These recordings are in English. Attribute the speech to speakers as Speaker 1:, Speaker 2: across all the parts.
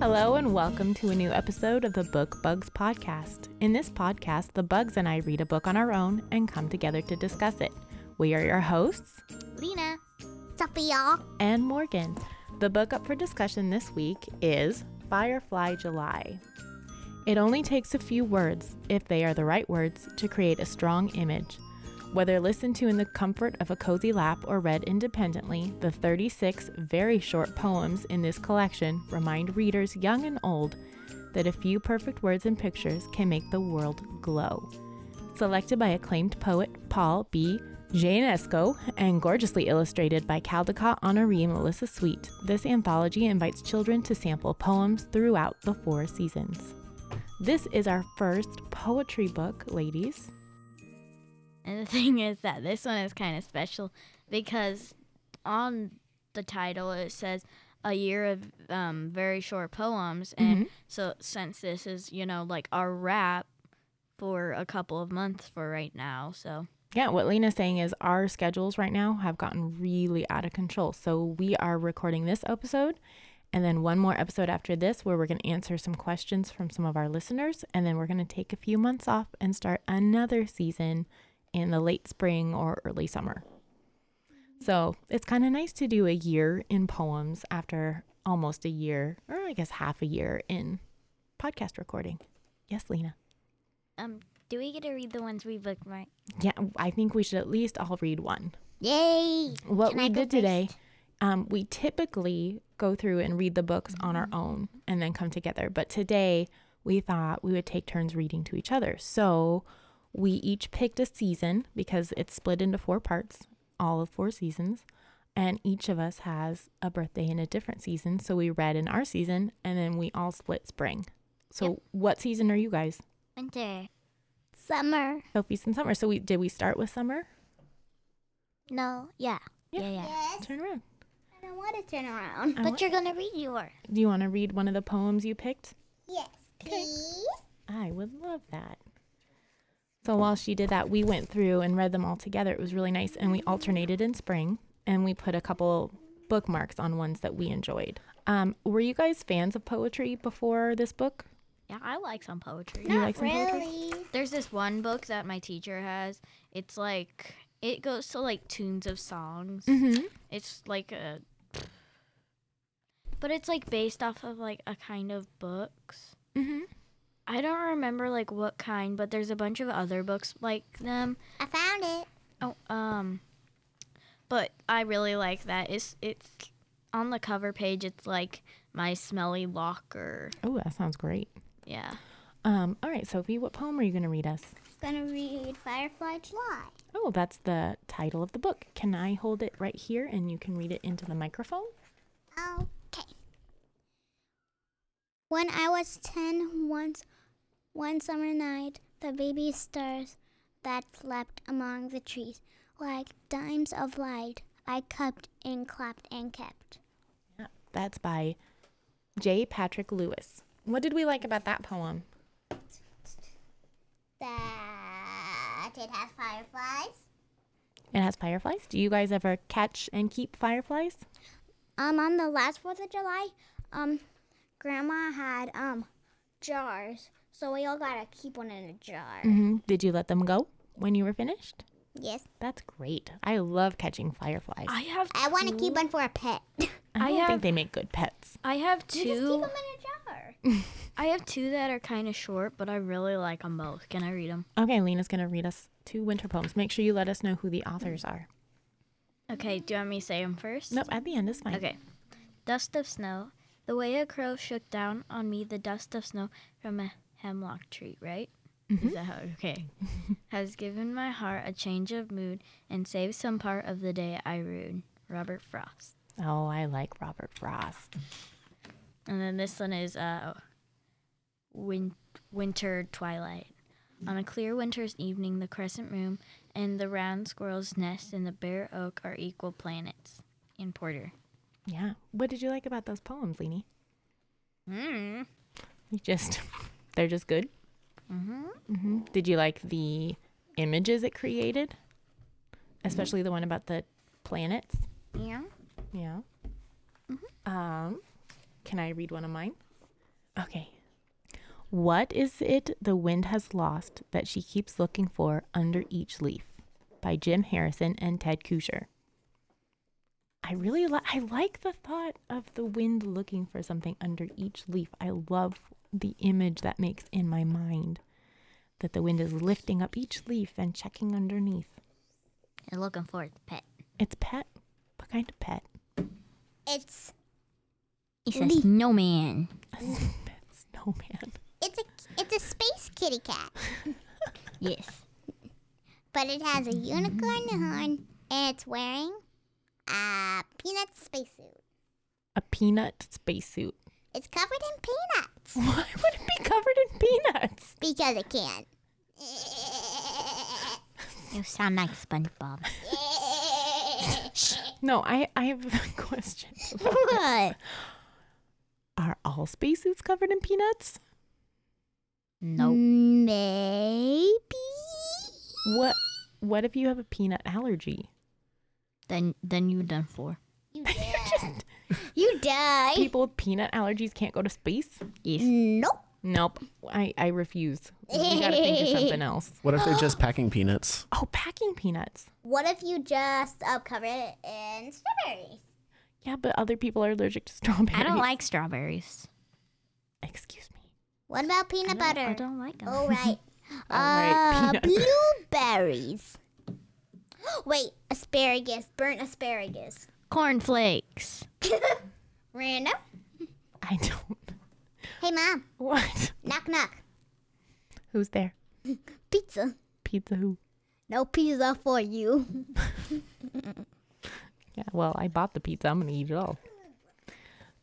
Speaker 1: Hello, and welcome to a new episode of the Book Bugs Podcast. In this podcast, the bugs and I read a book on our own and come together to discuss it. We are your hosts
Speaker 2: Lena. Supper, y'all.
Speaker 1: and Morgan. The book up for discussion this week is Firefly July. It only takes a few words, if they are the right words, to create a strong image. Whether listened to in the comfort of a cozy lap or read independently, the 36 very short poems in this collection remind readers, young and old, that a few perfect words and pictures can make the world glow. Selected by acclaimed poet Paul B. Janesco and gorgeously illustrated by Caldecott honoree Melissa Sweet, this anthology invites children to sample poems throughout the four seasons. This is our first poetry book, ladies.
Speaker 2: And the thing is that this one is kind of special because on the title it says a year of um, very short poems, and so since this is you know like our wrap for a couple of months for right now, so
Speaker 1: Yeah, what Lena's saying is our schedules right now have gotten really out of control. So we are recording this episode and then one more episode after this where we're going to answer some questions from some of our listeners. And then we're going to take a few months off and start another season in the late spring or early summer. So it's kind of nice to do a year in poems after almost a year, or I guess half a year in podcast recording. Yes, Lena.
Speaker 3: Um, do we get to read the ones we bookmarked?
Speaker 1: Yeah, I think we should at least all read one.
Speaker 2: yay!
Speaker 1: what
Speaker 2: Can
Speaker 1: we
Speaker 2: I go
Speaker 1: did today um, we typically go through and read the books on
Speaker 2: Mm-hmm.
Speaker 1: our own and then come together but today we thought we would take turns reading to each other so we each picked a season because it's split into four parts all of four seasons and each of us has a birthday in a different season so we read in our season and then we all split spring so what season are you guys
Speaker 3: Winter.
Speaker 2: Summer.
Speaker 1: sophie's in summer so we did we start with summer
Speaker 3: No. Yeah.
Speaker 1: Yeah.
Speaker 3: Yeah. Yeah.
Speaker 1: turn around
Speaker 2: I don't want to turn around.
Speaker 1: I
Speaker 3: But you're gonna read yours.
Speaker 1: do you want to read one of the poems you picked
Speaker 2: Yes, please.
Speaker 1: I would love that. So while she did that, we went through and read them all together. It was really nice. And we alternated in spring and we put a couple bookmarks on ones that we enjoyed. Um, were you guys fans of poetry before this book?
Speaker 3: Yeah, I like some poetry.
Speaker 1: you like some poetry?
Speaker 3: There's this one book that my teacher has. It's like it goes to like tunes of songs.
Speaker 1: Mm-hmm.
Speaker 3: It's like a, but it's like based off of like a kind of books.
Speaker 1: Mm-hmm.
Speaker 3: I don't remember like what kind, but there's a bunch of other books like them.
Speaker 2: I found it.
Speaker 3: Oh, um, but I really like that. It's it's on the cover page. It's like my smelly locker.
Speaker 1: Oh, that sounds great.
Speaker 3: Yeah.
Speaker 1: Um, all right, Sophie, what poem are you going to read us?
Speaker 2: Gonna read Firefly July.
Speaker 1: Oh, that's the title of the book. Can I hold it right here and you can read it into the microphone?
Speaker 2: Okay. When I was ten, once, one summer night, the baby stars that slept among the trees, like dimes of light, I cupped and clapped and kept.
Speaker 1: Yeah, that's by J. Patrick Lewis. What did we like about that poem?
Speaker 2: That it has fireflies.
Speaker 1: It has fireflies. Do you guys ever catch and keep fireflies?
Speaker 2: Um, on the last Fourth of July, um, Grandma had um jars, so we all gotta keep one in a jar.
Speaker 1: Mm-hmm. Did you let them go when you were finished?
Speaker 2: Yes,
Speaker 1: That's great. I love catching fireflies.
Speaker 3: I have.
Speaker 2: I want to
Speaker 3: two-
Speaker 2: keep one for a pet.
Speaker 1: I
Speaker 3: I
Speaker 1: don't think
Speaker 3: have-
Speaker 1: they make good pets.
Speaker 3: I have two.
Speaker 2: in a jar.
Speaker 3: I have two that are kind of short, but I really like them both. Can I read them?
Speaker 1: Okay, Lena's going to read us two winter poems. Make sure you let us know who the authors are.
Speaker 3: Okay. Do you want me to say them first?
Speaker 1: Nope, at the end is fine.
Speaker 3: Okay. Dust of snow. The way a crow shook down on me the dust of snow from a hemlock tree, right? Is that how? Okay. Has given my heart a change of mood and saved some part of the day I rued. Robert Frost.
Speaker 1: Oh, I like Robert Frost.
Speaker 3: And then this one is uh, win- Winter Twilight. On a clear winter's evening, the crescent moon and the round squirrel's nest and the bare oak are equal planets. In Porter.
Speaker 1: Yeah. What did you like about those poems, Leni?
Speaker 3: Mm.
Speaker 1: You just, they're just good. Mm-hmm. mm-hmm. Did you like the images it created? Especially the one about the planets?
Speaker 3: Yeah.
Speaker 1: Yeah. Um, can I read one of mine? Okay. What is it the wind has lost that she keeps looking for under each leaf? By Jim Harrison and Ted Kusher. I really li- I like the thought of the wind looking for something under each leaf. I love the image that makes in my mind that the wind is lifting up each leaf and checking underneath.
Speaker 3: And looking for its pet.
Speaker 1: It's pet. What kind of pet?
Speaker 2: It's
Speaker 3: It's a snowman.
Speaker 1: pet snowman.
Speaker 2: it's a it's a space kitty cat,
Speaker 3: Yes.
Speaker 2: but it has a unicorn horn and it's wearing a peanut spacesuit.
Speaker 1: A peanut spacesuit.
Speaker 2: It's covered in peanuts
Speaker 1: Why would it be covered in peanuts?
Speaker 2: because it can.
Speaker 3: You sound like SpongeBob.
Speaker 1: No, I, I have a question.
Speaker 2: What?
Speaker 1: Are all spacesuits covered in peanuts?
Speaker 3: Nope.
Speaker 2: Mm, Maybe.
Speaker 1: What what if you have a peanut allergy?
Speaker 3: Then then you done for.
Speaker 2: You
Speaker 1: You just
Speaker 2: You die.
Speaker 1: people with peanut allergies can't go to space?
Speaker 3: Yes.
Speaker 2: Nope.
Speaker 1: Nope. I, I refuse. We gotta think of something else.
Speaker 4: What if they're just packing peanuts?
Speaker 1: Oh, packing peanuts.
Speaker 2: What if you just uh, cover it in strawberries?
Speaker 1: Yeah, but other people are allergic to strawberries.
Speaker 3: I don't like strawberries.
Speaker 1: Excuse me.
Speaker 2: What about
Speaker 3: I
Speaker 2: peanut
Speaker 3: don't-
Speaker 2: butter?
Speaker 3: I don't like them.
Speaker 2: Oh right.
Speaker 1: right,
Speaker 2: uh,
Speaker 1: peanut butter.
Speaker 2: blueberries. Wait, asparagus, burnt asparagus.
Speaker 3: Cornflakes.
Speaker 2: Random.
Speaker 1: I don't.
Speaker 2: Hey mom,
Speaker 1: What?
Speaker 2: knock knock.
Speaker 1: Who's there?
Speaker 2: Pizza.
Speaker 1: Pizza who?
Speaker 2: No pizza for you.
Speaker 1: Yeah, well, I bought the pizza. I'm gonna eat it all.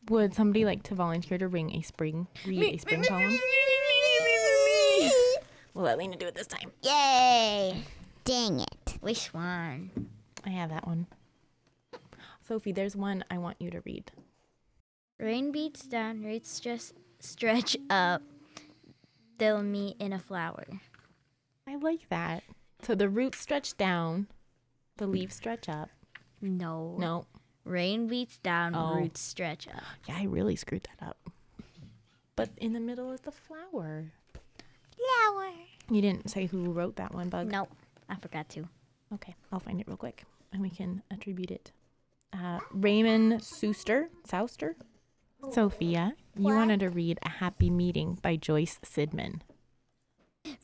Speaker 1: Would somebody like to volunteer to ring a spring read a spring poem? We'll let Lena do it this time.
Speaker 2: Yay! Dang it.
Speaker 3: Which one?
Speaker 1: I have that one. Sophie, there's one I want you to read.
Speaker 5: Rain beats down, roots just stretch up. They'll meet in a flower.
Speaker 1: I like that. So the roots stretch down, the leaves stretch up.
Speaker 3: No.
Speaker 1: No.
Speaker 5: Rain beats down,
Speaker 1: Oh.
Speaker 5: roots stretch up.
Speaker 1: Yeah, I really screwed that up. But in the middle is the flower.
Speaker 2: Flower.
Speaker 1: You didn't say who wrote that one, Bug.
Speaker 3: Nope. I forgot to.
Speaker 1: Okay, I'll find it real quick and we can attribute it. Uh, Raymond Souster, Souster? Sophia, you
Speaker 2: What?
Speaker 1: wanted to read A Happy Meeting by Joyce Sidman.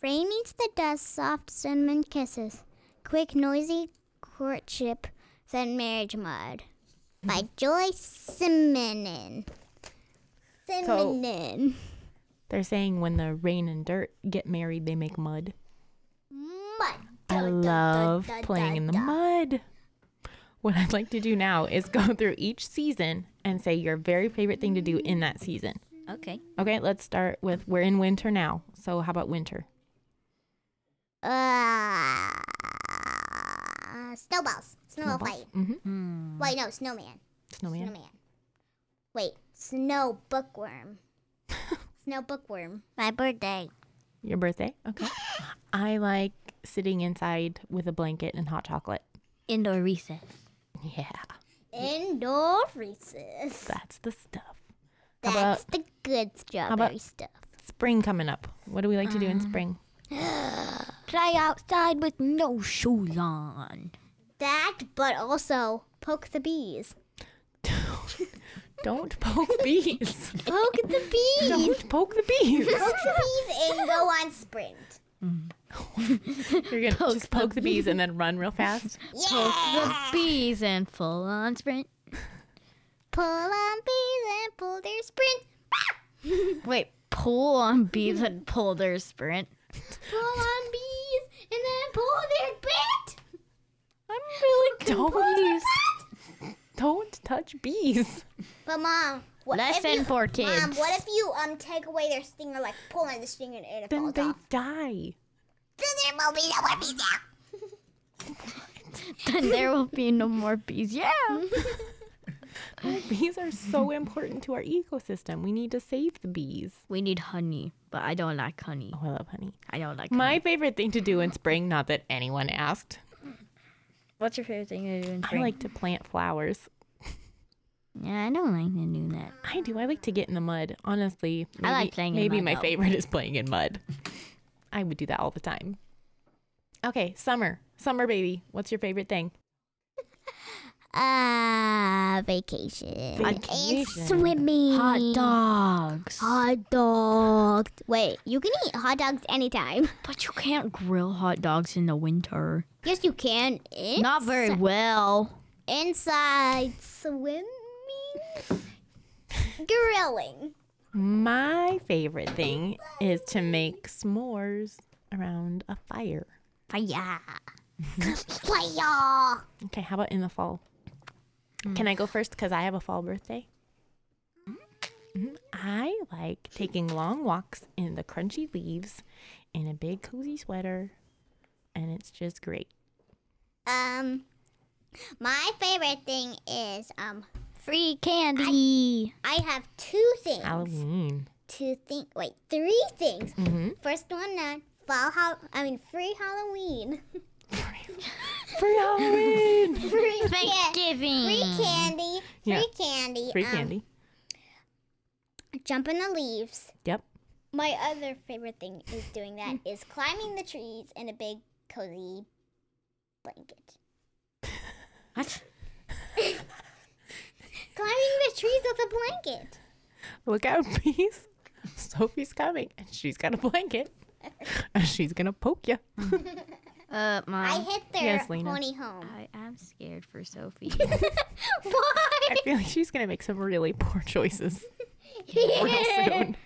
Speaker 2: Rain meets the dust, soft cinnamon kisses, quick noisy courtship, then marriage mud. By Joyce Simonin. Simonin.
Speaker 1: They're saying when the rain and dirt get married, they make mud.
Speaker 2: Mud.
Speaker 1: I
Speaker 2: Da, da, da,
Speaker 1: love
Speaker 2: da,
Speaker 1: playing
Speaker 2: da,
Speaker 1: in the
Speaker 2: da.
Speaker 1: mud. What I'd like to do now is go through each season and say your very favorite thing to do in that season.
Speaker 3: Okay.
Speaker 1: Okay, let's start with we're in winter now. So how about winter?
Speaker 2: Uh, snowballs. Mm-hmm. Snowball fight.
Speaker 1: hmm
Speaker 3: Hmm.
Speaker 2: Wait, no, snowman.
Speaker 1: Snowman.
Speaker 2: Snowman. Wait, snow bookworm. snow bookworm.
Speaker 5: My birthday.
Speaker 1: Your birthday? Okay. I like sitting inside with a blanket and hot chocolate.
Speaker 3: Indoor recess.
Speaker 1: Yeah,
Speaker 2: Indoor recess.
Speaker 1: that's the stuff. How about
Speaker 2: That's the good strawberry stuff.
Speaker 1: spring coming up? What do we like to do in spring?
Speaker 3: Play outside with no shoes on.
Speaker 2: That, but also poke the bees.
Speaker 1: Don't poke bees.
Speaker 2: Poke the bees.
Speaker 1: Don't poke the bees.
Speaker 2: Poke the bees and go on sprint.
Speaker 1: You're gonna just poke the bees and then run real fast.
Speaker 2: Yeah.
Speaker 3: Bees and full on sprint.
Speaker 2: Pull on bees and pull their sprint. Ah!
Speaker 3: Wait, pull on bees and pull their sprint.
Speaker 2: Pull on bees and then pull their bit.
Speaker 1: I'm really don't don't touch bees.
Speaker 2: But mom, what if
Speaker 3: Lesson
Speaker 2: you,
Speaker 3: for kids.
Speaker 2: Mom, what if you um take away their stinger, like pull on the stinger and it
Speaker 1: Then
Speaker 2: falls
Speaker 1: they
Speaker 2: off?
Speaker 1: die.
Speaker 2: Then there will be no more bees now.
Speaker 3: then there will be no more bees. Yeah.
Speaker 1: Bees are so important to our ecosystem. We need to save the bees.
Speaker 3: We need honey, but I don't like honey.
Speaker 1: Oh, I love honey.
Speaker 3: I don't like
Speaker 1: My favorite thing to do in spring, not that anyone asked,
Speaker 5: What's your favorite thing to do in
Speaker 1: I like to plant flowers.
Speaker 5: Yeah, I don't like to do that.
Speaker 1: I do. I like to get in the mud. Honestly, maybe,
Speaker 5: I like playing in
Speaker 1: Maybe
Speaker 5: mud,
Speaker 1: my
Speaker 5: though.
Speaker 1: favorite is playing in mud. I would do that all the time. Okay, summer, summer baby. What's your favorite thing?
Speaker 2: Uh, vacation. And
Speaker 1: Vacation.
Speaker 2: swimming.
Speaker 3: Hot dogs.
Speaker 2: Hot dogs. Wait, you can eat hot dogs anytime.
Speaker 3: But you can't grill hot dogs in the winter.
Speaker 2: Yes, you can. It's
Speaker 3: Not very well.
Speaker 2: Inside swimming. Grilling.
Speaker 1: My favorite thing is to make s'mores around a fire.
Speaker 2: Fire. Fire.
Speaker 1: Okay, how about in the fall? Can I go first because I have a fall birthday? Mhm. I like taking long walks in the crunchy leaves in a big cozy sweater, and it's just great.
Speaker 2: Um, my favorite thing is, um,
Speaker 5: Free candy.
Speaker 2: I have two things.
Speaker 1: Halloween.
Speaker 2: two things. Wait, three things.
Speaker 1: Mm-hmm.
Speaker 2: First one, uh, fall. Hall I mean, free Halloween.
Speaker 1: For Halloween.
Speaker 2: Free ca-
Speaker 5: Thanksgiving.
Speaker 2: Free candy. Free
Speaker 1: Yeah.
Speaker 2: candy.
Speaker 1: Free
Speaker 2: um,
Speaker 1: candy.
Speaker 2: Jump in the leaves.
Speaker 1: Yep.
Speaker 2: My other favorite thing is doing that
Speaker 1: Mm.
Speaker 2: is climbing the trees in a big cozy blanket.
Speaker 3: What?
Speaker 2: Climbing the trees with a blanket.
Speaker 1: Look out, please. Sophie's coming, and she's got a blanket, and she's gonna poke you.
Speaker 3: Uh,
Speaker 2: I
Speaker 3: mom.
Speaker 2: hit their
Speaker 1: Um, Yes, Lena.
Speaker 2: pony home.
Speaker 5: I am scared for Sophie.
Speaker 1: I
Speaker 2: Why?
Speaker 1: feel like she's gonna make some really poor choices. real soon.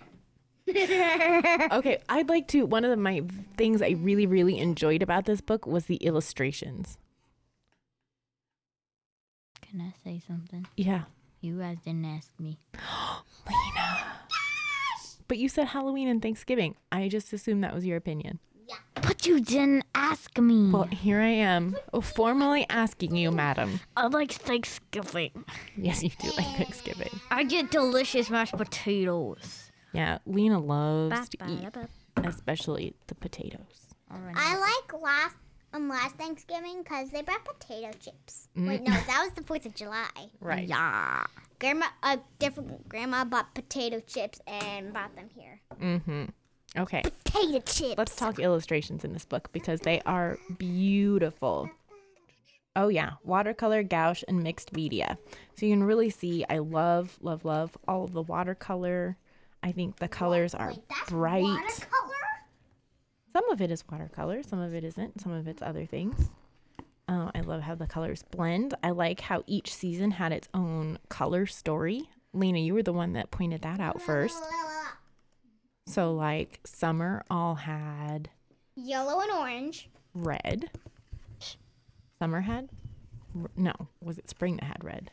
Speaker 1: okay, I'd like to. One of the, my things I really, really enjoyed about this book was the illustrations.
Speaker 5: Can I say something?
Speaker 1: Yeah,
Speaker 5: You guys didn't ask me.
Speaker 1: Lena. But you said Halloween and Thanksgiving. I just assumed that was your opinion.
Speaker 5: But you didn't ask me.
Speaker 1: Well, here I am, formally asking you, madam.
Speaker 3: I like Thanksgiving.
Speaker 1: Yes, you do like Thanksgiving.
Speaker 3: I get delicious mashed potatoes.
Speaker 1: Yeah, Lena loves to eat,
Speaker 5: Ba-ba-da-ba.
Speaker 1: especially the potatoes.
Speaker 5: Alright.
Speaker 2: I like last um last Thanksgiving because they brought potato chips. Wait, no, that was the Fourth of July.
Speaker 1: Right.
Speaker 3: Yeah.
Speaker 2: Grandma, a different grandma bought potato chips and brought them here.
Speaker 1: Mm-hmm. Okay.
Speaker 2: Potato chips.
Speaker 1: Let's talk illustrations in this book because they are beautiful. Oh, yeah, watercolor, gouache, and mixed media. So you can really see I love, love, love all of the watercolor. I think the colors are bright. Some of it is watercolor, some of it isn't, some of it's other things. Uh, I love how the colors blend. I like how each season had its own color story. Lena, you were the one that pointed that out first. So, like, summer all had
Speaker 2: Yellow and orange.
Speaker 1: red. Summer had? r- No. Was it spring that had red?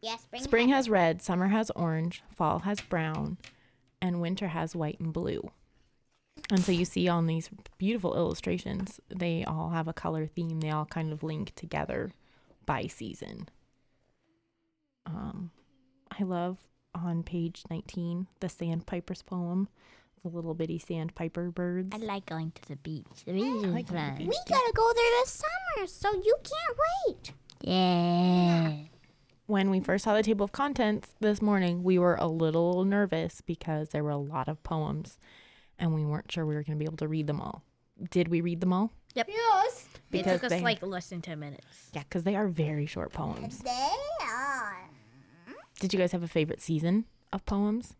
Speaker 2: Yes, spring.
Speaker 1: Spring has red, summer has orange, fall has brown, and winter has white and blue. And so you see on these beautiful illustrations, they all have a color theme. They all kind of link together by season. Um, I love on page 19 the sandpiper's poem, the little bitty sandpiper birds.
Speaker 5: I like going to the beach. The beach is
Speaker 1: like going to the
Speaker 5: fun.
Speaker 2: We gotta go there this summer, so you can't wait.
Speaker 5: Yeah.
Speaker 1: when we first saw the table of contents this morning, we were a little nervous because there were a lot of poems and we weren't sure we were going to be able to read them all. Did we read them all?
Speaker 2: Yes.
Speaker 1: Because
Speaker 3: it took
Speaker 1: they-
Speaker 3: us like less than 10 minutes.
Speaker 1: Yeah, because they are very short poems.
Speaker 2: They are.
Speaker 1: Did you guys have a favorite season of poems?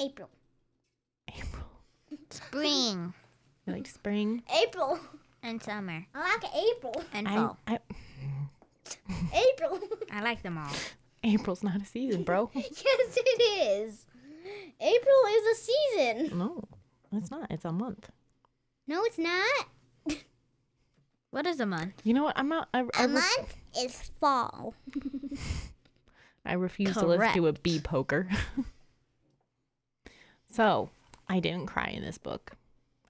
Speaker 2: April.
Speaker 1: April.
Speaker 5: Spring
Speaker 1: You like spring?
Speaker 2: April.
Speaker 5: and summer
Speaker 2: I like April.
Speaker 5: and
Speaker 1: I-
Speaker 5: fall.
Speaker 1: I,
Speaker 2: April.
Speaker 5: I like them all.
Speaker 1: April's not a season, bro.
Speaker 2: yes, it is. April is a season.
Speaker 1: no, it's not. It's a month.
Speaker 2: No, it's not.
Speaker 5: What is a month?
Speaker 1: You know what? I'm not. I, I,
Speaker 2: A
Speaker 1: re-
Speaker 2: month is fall.
Speaker 1: I refuse to listen to a bee poker. so I didn't cry in this book.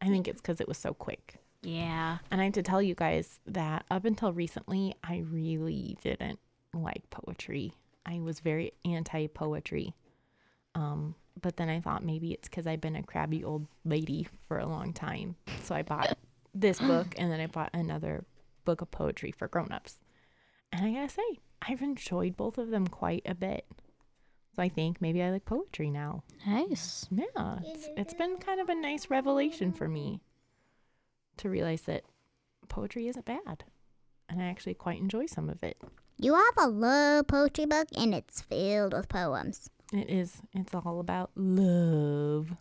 Speaker 1: I think it's because it was so quick.
Speaker 3: Yeah.
Speaker 1: And I have to tell you guys that up until recently, I really didn't like poetry. I was very anti poetry. Um, but then I thought maybe it's because I've been a crabby old lady for a long time. So I bought this book and then I bought another book of poetry for grown ups. And I gotta say, I've enjoyed both of them quite a bit. So I think maybe I like poetry now.
Speaker 3: Nice.
Speaker 1: Yeah, it's, it's been kind of a nice revelation for me to realize that poetry isn't bad. And I actually quite enjoy some of it.
Speaker 2: You have a love poetry book and it's filled with poems.
Speaker 1: It is, it's all about love.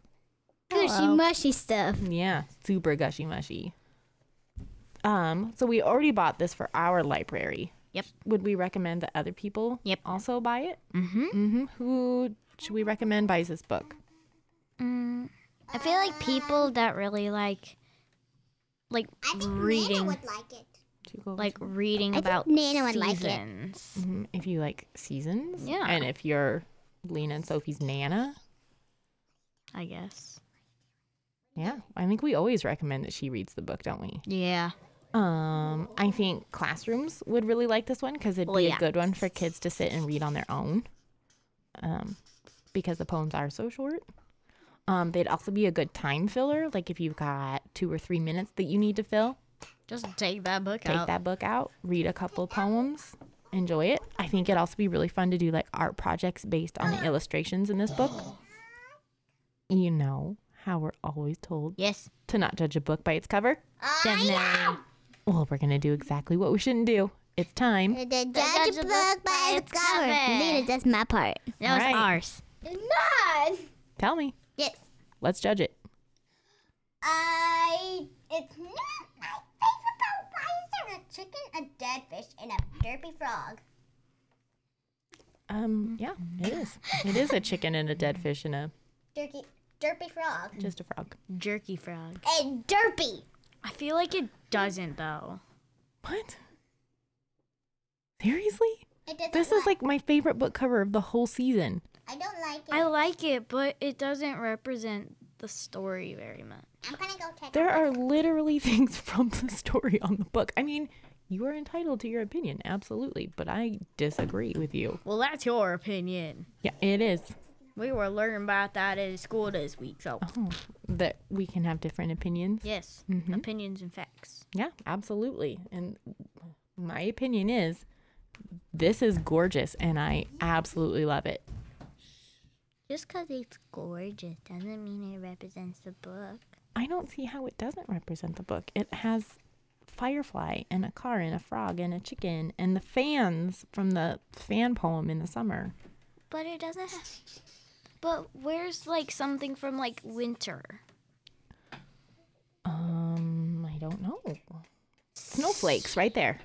Speaker 5: Gushy mushy stuff.
Speaker 1: Yeah, super gushy mushy. Um, so we already bought this for our library.
Speaker 3: Yep.
Speaker 1: Would we recommend that other people
Speaker 3: Yep.
Speaker 1: also buy it?
Speaker 3: Mm-hmm.
Speaker 1: Mm-hmm. Who should we recommend buys this book?
Speaker 5: Mm, I feel like people that really like, like reading,
Speaker 2: would like it.
Speaker 1: To go
Speaker 3: like reading
Speaker 2: I think
Speaker 3: about
Speaker 2: Nana would like it.
Speaker 3: seasons.
Speaker 1: Mhm, if you like seasons.
Speaker 3: Yeah.
Speaker 1: And if you're Lena and Sophie's Nana.
Speaker 3: I guess.
Speaker 1: Yeah. I think we always recommend that she reads the book, don't we?
Speaker 3: Yeah.
Speaker 1: Um, I think classrooms would really like this one because it'd
Speaker 3: Well,
Speaker 1: be
Speaker 3: yeah.
Speaker 1: a good one for kids to sit and read on their own. Um, because the poems are so short. Um, they'd also be a good time filler. Like if you've got two or three minutes that you need to fill,
Speaker 3: Just take that book
Speaker 1: take
Speaker 3: out.
Speaker 1: that book out, read a couple poems, enjoy it. I think it'd also be really fun to do like art projects based on the illustrations in this book. You know how we're always told
Speaker 3: Yes.
Speaker 1: to not judge a book by its cover.
Speaker 2: Uh,
Speaker 3: Definitely.
Speaker 1: Well, we're gonna do exactly what we shouldn't do. It's time.
Speaker 2: The judge, judge a book by its cover. Lena does my part.
Speaker 3: That was
Speaker 1: Right.
Speaker 3: ours.
Speaker 2: Not.
Speaker 1: Tell me.
Speaker 2: Yes.
Speaker 1: Let's judge it.
Speaker 2: I. It's not my favorite book. Why is there a chicken, a dead fish, and a derpy frog?
Speaker 1: Um, yeah, it is. It is a chicken and a dead fish and a
Speaker 2: Derpy, derpy frog.
Speaker 1: just a frog.
Speaker 3: Jerky frog.
Speaker 2: And derpy.
Speaker 3: I feel like it doesn't though.
Speaker 1: What? Seriously?
Speaker 2: It doesn't
Speaker 1: This is like my favorite book cover of the whole season.
Speaker 2: I don't like it.
Speaker 3: I like it, but it doesn't represent the story very much.
Speaker 2: I'm gonna go check.
Speaker 1: There are literally things from the story on the book. I mean, you are entitled to your opinion, absolutely, but I disagree with you.
Speaker 3: Well, that's your opinion.
Speaker 1: Yeah, it is
Speaker 3: We were learning about that in school this week, so
Speaker 5: Oh.
Speaker 1: that we can have different opinions.
Speaker 3: yes,
Speaker 5: Mm-hmm.
Speaker 3: opinions and facts.
Speaker 1: Yeah, absolutely. And my opinion is this is gorgeous and I absolutely love it.
Speaker 5: just because it's gorgeous doesn't mean it represents the book.
Speaker 1: I don't see how it doesn't represent the book. It has firefly and a car and a frog and a chicken and the fans from the fan poem in the summer.
Speaker 5: But it doesn't. Have, but where's like something from like winter?
Speaker 1: Um, I don't know. Snowflakes right there.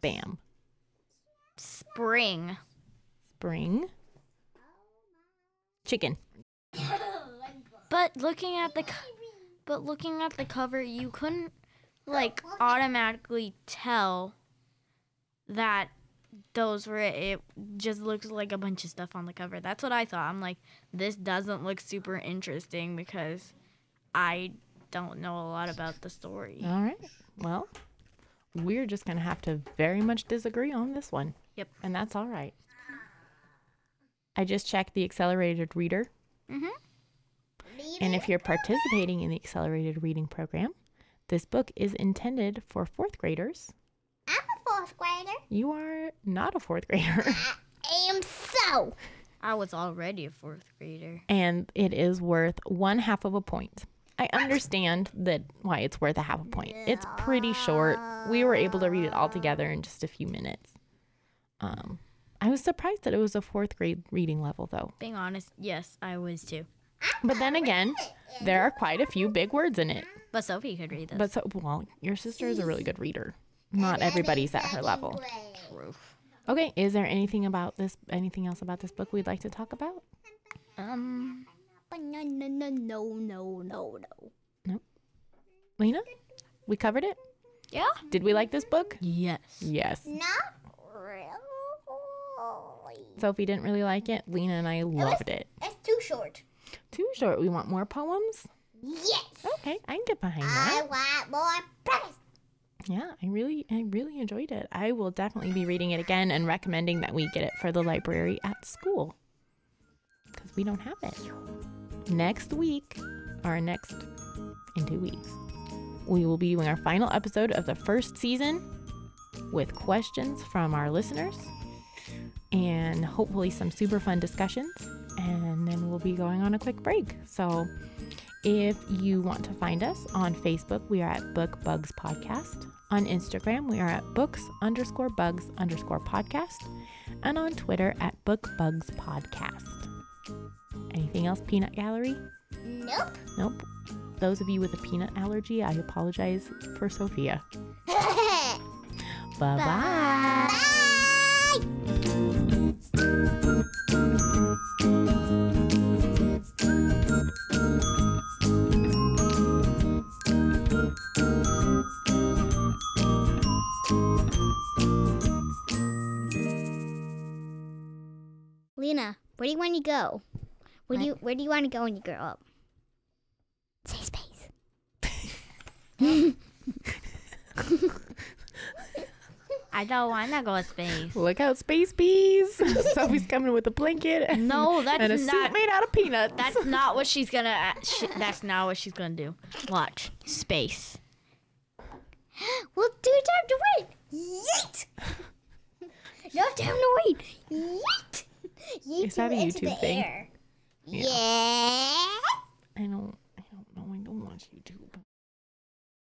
Speaker 1: Bam.
Speaker 3: Spring.
Speaker 1: Spring. Chicken.
Speaker 3: But looking at the, co- but looking at the cover, you couldn't like automatically tell that those were it. It just looks like a bunch of stuff on the cover. That's what I thought. I'm like, this doesn't look super interesting because I don't know a lot about the story.
Speaker 1: All right. Well, we're just going to have to very much disagree on this one.
Speaker 3: Yep.
Speaker 1: And that's all right. I just checked the accelerated reader. And if you're participating in the accelerated reading program, this book is intended for fourth graders.
Speaker 2: I'm a fourth grader.
Speaker 1: You are not a fourth grader,
Speaker 2: I am so.
Speaker 3: I was already a fourth grader.
Speaker 1: and it is worth one half of a point. I understand that why it's worth a half a point. It's pretty short. We were able to read it all together in just a few minutes. Um, I was surprised that it was a fourth grade reading level, though.
Speaker 3: Being honest, yes, I was too.
Speaker 1: But then again, there are quite a few big words in it.
Speaker 3: But Sophie could read this.
Speaker 1: But so, well, your sister is a really good reader. Not everybody's at her level. Okay, is there anything about this anything else about this book we'd like to talk about?
Speaker 3: um,
Speaker 2: But no, no, no, no, no, no, no.
Speaker 1: Lena? We covered it?
Speaker 3: yeah.
Speaker 1: Did we like this book?
Speaker 3: Yes.
Speaker 1: Yes.
Speaker 2: Not really.
Speaker 1: Sophie didn't really like it. Lena and I loved it.
Speaker 2: It's too short.
Speaker 1: Too short. We want more poems?
Speaker 2: Yes.
Speaker 1: Okay, I can get behind
Speaker 2: I
Speaker 1: that.
Speaker 2: want more breakfast.
Speaker 1: Yeah, I really I really enjoyed it. I will definitely be reading it again and recommending that we get it for the library at school. Cuz we don't have it. Next week, our next in 2 weeks, we will be doing our final episode of the first season with questions from our listeners and hopefully some super fun discussions. And then we'll be going on a quick break. So if you want to find us on Facebook, we are at Book Bugs Podcast. On Instagram, we are at books underscore bugs underscore podcast. And on Twitter at Book Bugs Podcast. Anything else, Peanut Gallery?
Speaker 2: Nope.
Speaker 1: Nope. Those of you with a peanut allergy, I apologize for Sophia. Bye bye.
Speaker 2: Bye. Lena, where do you want to go? Where do you where do you want to go when you grow up? Say space.
Speaker 3: I don't want to go to space.
Speaker 1: Look out, space bees. Sophie's coming with a blanket and,
Speaker 3: No,
Speaker 1: and a
Speaker 3: that's
Speaker 1: suit
Speaker 3: not.
Speaker 1: made out of peanuts.
Speaker 3: That's not what she's gonna. uh, sh that's not what she's gonna do. Watch space.
Speaker 2: Well, do time to wait. Yeet. no time to wait. Yeet. Yeet
Speaker 1: Is that
Speaker 2: you
Speaker 1: a
Speaker 2: into
Speaker 1: YouTube
Speaker 2: the
Speaker 1: thing?
Speaker 2: Air. Yeah.
Speaker 1: I don't I don't know. I don't watch YouTube.